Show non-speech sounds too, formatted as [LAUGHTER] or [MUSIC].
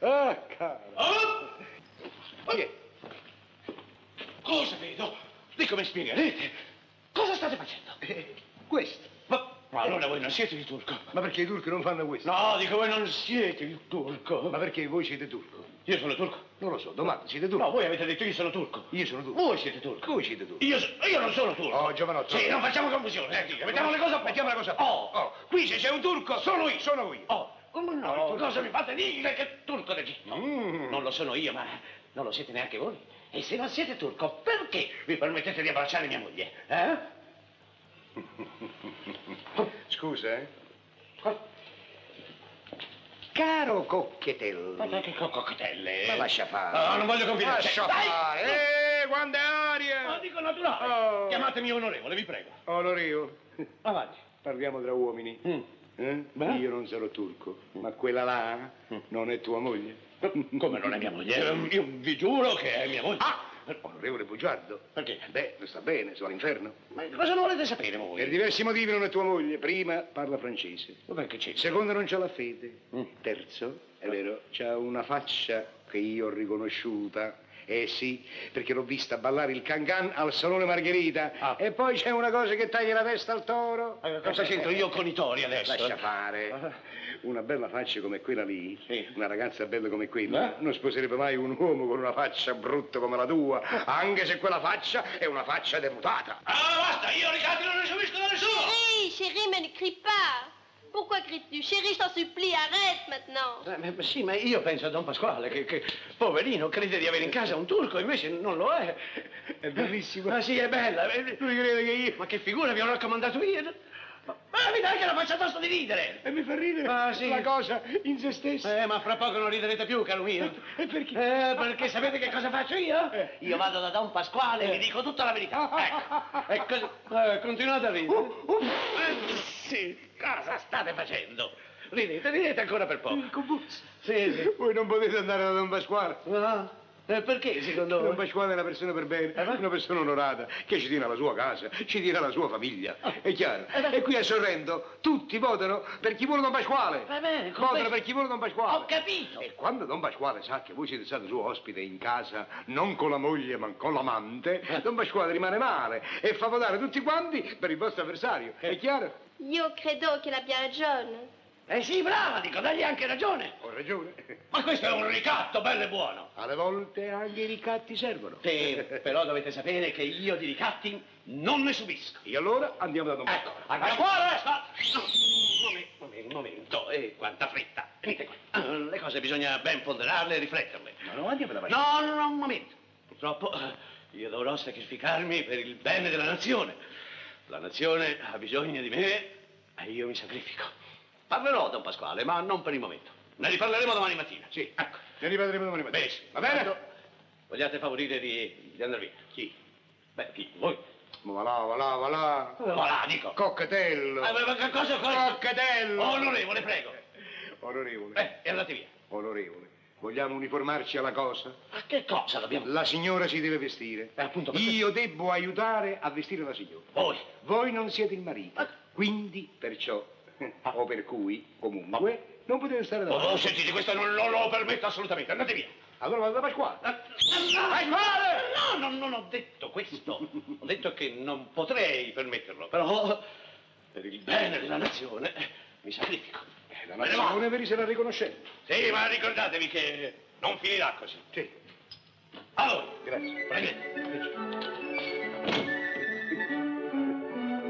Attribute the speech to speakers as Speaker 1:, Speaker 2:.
Speaker 1: ah, caro.
Speaker 2: Oh! Oye, cosa vedo? Lì come spiegherete? Cosa state facendo?
Speaker 1: Eh, questo.
Speaker 2: Ma, ma allora voi non siete di turco?
Speaker 1: Ma perché i turchi non fanno questo?
Speaker 2: No, dico voi non siete di turco.
Speaker 1: Ma perché voi siete turco?
Speaker 2: Io sono turco.
Speaker 1: Non lo so, domanda, siete turco?
Speaker 2: No, voi avete detto io sono turco.
Speaker 1: Io sono turco.
Speaker 2: Voi siete turco.
Speaker 1: Voi siete turco.
Speaker 2: Io, so- io non sono turco.
Speaker 1: Oh, giovanotto.
Speaker 2: Sì, non facciamo confusione. eh, dica, mettiamo le cose a posto.
Speaker 1: Mettiamo le cose a posto.
Speaker 2: Oh,
Speaker 1: Oh.
Speaker 2: qui se c'è un turco, sono io.
Speaker 1: Sono io.
Speaker 2: Oh, come no?
Speaker 1: No, il turco-
Speaker 2: cosa mi fate dire che turco d'Egitto?
Speaker 1: Mm.
Speaker 2: Non lo sono io, ma non lo siete neanche voi. E se non siete turco, perché vi permettete di abbracciare mia moglie? Eh?
Speaker 1: Scusa, eh?
Speaker 2: Co-
Speaker 1: Caro
Speaker 2: Ma
Speaker 1: Cocchetello.
Speaker 2: che co- coccatelle?
Speaker 1: Ma lascia fare.
Speaker 2: No, non voglio confidenze.
Speaker 1: Lascia
Speaker 2: Dai!
Speaker 1: fare. Eh, quante
Speaker 2: Ma
Speaker 1: aria!
Speaker 2: dico naturale.
Speaker 1: Oh.
Speaker 2: Chiamatemi onorevole, vi prego.
Speaker 1: Onorio,
Speaker 2: Avanti.
Speaker 1: parliamo tra uomini.
Speaker 2: Mm.
Speaker 1: Eh?
Speaker 2: Beh.
Speaker 1: Io non sono turco, ma quella là non è tua moglie.
Speaker 2: Come non è mia moglie? Ehm, Io vi giuro che è mia moglie. Eh,
Speaker 1: Ah! Onorevole bugiardo.
Speaker 2: Perché?
Speaker 1: Beh, lo sta bene, sono all'inferno.
Speaker 2: Ma cosa non volete sapere
Speaker 1: Per
Speaker 2: voi?
Speaker 1: diversi motivi non è tua moglie. Prima parla francese.
Speaker 2: Eh, Vabbè che c'è?
Speaker 1: Secondo non c'ha la fede.
Speaker 2: Mm.
Speaker 1: Terzo, è vero, c'ha una faccia che io ho riconosciuta. Eh sì, perché l'ho vista ballare il cancan al Salone Margherita.
Speaker 2: Ah.
Speaker 1: E poi c'è una cosa che taglia la testa al toro.
Speaker 2: Eh, Cosa c'entro io con i tori adesso?
Speaker 1: Lascia fare. Una bella faccia come quella lì,
Speaker 2: Sì.
Speaker 1: una ragazza bella come quella,
Speaker 2: Eh?
Speaker 1: non sposerebbe mai un uomo con una faccia brutta come la tua, anche se quella faccia è una faccia deputata.
Speaker 2: Ah, basta, io ricatti non ricevisco da nessuno!
Speaker 3: Chérie, chérie, mais ne crie pas. Pourquoi cries-tu Chérie, je t'en supplie, arrête maintenant.
Speaker 2: Eh, ma- ma Sì, ma io penso a Don Pasquale, che, che, poverino crede di avere in casa un turco, invece non lo è.
Speaker 1: È bellissima.
Speaker 2: Ma sì, è bella. eh,
Speaker 1: Lui crede che io...
Speaker 2: Ma che figura vi ho raccomandato io? Ma, ma mi dai che la faccia tosto di ridere!
Speaker 1: E mi fa ridere
Speaker 2: Ah, sì.
Speaker 1: la cosa in se stessa.
Speaker 2: Eh, ma fra poco non riderete più, caro mio.
Speaker 1: E perché? Eh.
Speaker 2: Eh, perché sapete che cosa faccio io? Io vado da Don Pasquale e gli dico tutta
Speaker 1: [LAUGHS]
Speaker 2: la verità. Ecco, e così- eh, continuate a ridere.
Speaker 1: Uh,
Speaker 2: Eh, sì, cosa state facendo? Ridete, ridete ancora per poco. Sì, sì.
Speaker 1: Voi non potete andare da Don Pasquale.
Speaker 2: Ah, eh, perché secondo
Speaker 1: Don
Speaker 2: voi?
Speaker 1: Pasquale è una persona per bene,
Speaker 2: Eh,
Speaker 1: una persona onorata, che ci tiene alla sua casa, ci tiene alla sua famiglia.
Speaker 2: Ah.
Speaker 1: È chiaro?
Speaker 2: Eh,
Speaker 1: E qui a Sorrento tutti votano per chi vuole Don Pasquale.
Speaker 2: Va bene, con
Speaker 1: Votano
Speaker 2: questo-
Speaker 1: per chi vuole Don Pasquale.
Speaker 2: Ho capito.
Speaker 1: E quando Don Pasquale sa che voi siete stato suo ospite in casa, non con la moglie ma con l'amante,
Speaker 2: Eh.
Speaker 1: Don Pasquale rimane male e fa votare tutti quanti per il vostro avversario. È chiaro?
Speaker 3: Io credo che la bien jaune.
Speaker 2: Eh sì, brava, dico, dagli anche ragione.
Speaker 1: Ho ragione.
Speaker 2: Ma questo è un ricatto, bello e buono.
Speaker 1: Alle volte anche i ricatti servono.
Speaker 2: Sì, però dovete sapere che io di ricatti non ne subisco.
Speaker 1: E allora andiamo da Don
Speaker 2: Ecco,
Speaker 1: Pasquale.
Speaker 2: a cuore! sta- No, un momen- un momento, eh, quanta fretta. Venite qua. Ah, Le cose bisogna ben ponderarle e rifletterle.
Speaker 1: No, no, andiamo da Pasquale.
Speaker 2: No, no, no, un momento. Purtroppo eh, io dovrò sacrificarmi per il bene della nazione. La nazione ha bisogno di me e io mi sacrifico. Parlerò, Don Pasquale, ma non per il momento. Ne riparleremo domani mattina.
Speaker 1: Sì,
Speaker 2: ecco.
Speaker 1: Ne rivedremo domani mattina.
Speaker 2: Benissimo.
Speaker 1: Va bene?
Speaker 2: Intanto, Vogliate favorire di, di andare via? Chi? Beh, chi? Voi.
Speaker 1: Ma va là, va là, va là.
Speaker 2: Voilà, dico.
Speaker 1: Coccatello.
Speaker 2: Eh, ma- ma cosa- cosa-
Speaker 1: Coccatello.
Speaker 2: Onorevole, prego.
Speaker 1: Onorevole.
Speaker 2: Beh, e andate via.
Speaker 1: Onorevole. Vogliamo uniformarci alla cosa?
Speaker 2: Ma che cosa dobbiamo...
Speaker 1: La signora si deve vestire.
Speaker 2: Eh, appunto, perché-
Speaker 1: Io debbo aiutare a vestire la signora.
Speaker 2: Voi.
Speaker 1: Voi non siete il marito.
Speaker 2: Ah.
Speaker 1: Quindi, perciò,
Speaker 2: Ah.
Speaker 1: o per cui, comunque, non potete stare da
Speaker 2: Oh,
Speaker 1: me.
Speaker 2: oh, sentite, questo non, non lo permetto assolutamente. Andate via.
Speaker 1: Allora vado da Pasquale.
Speaker 2: Ah, no, no, no, non ho detto questo. Ho detto che non potrei permetterlo, però per il bene della nazione mi sacrifico.
Speaker 1: Eh, La
Speaker 2: Me ne vado.
Speaker 1: nazione veri se la riconoscente.
Speaker 2: Sì, ma ricordatevi che non finirà così.
Speaker 1: Sì,
Speaker 2: Allora,
Speaker 1: grazie.
Speaker 2: prendete.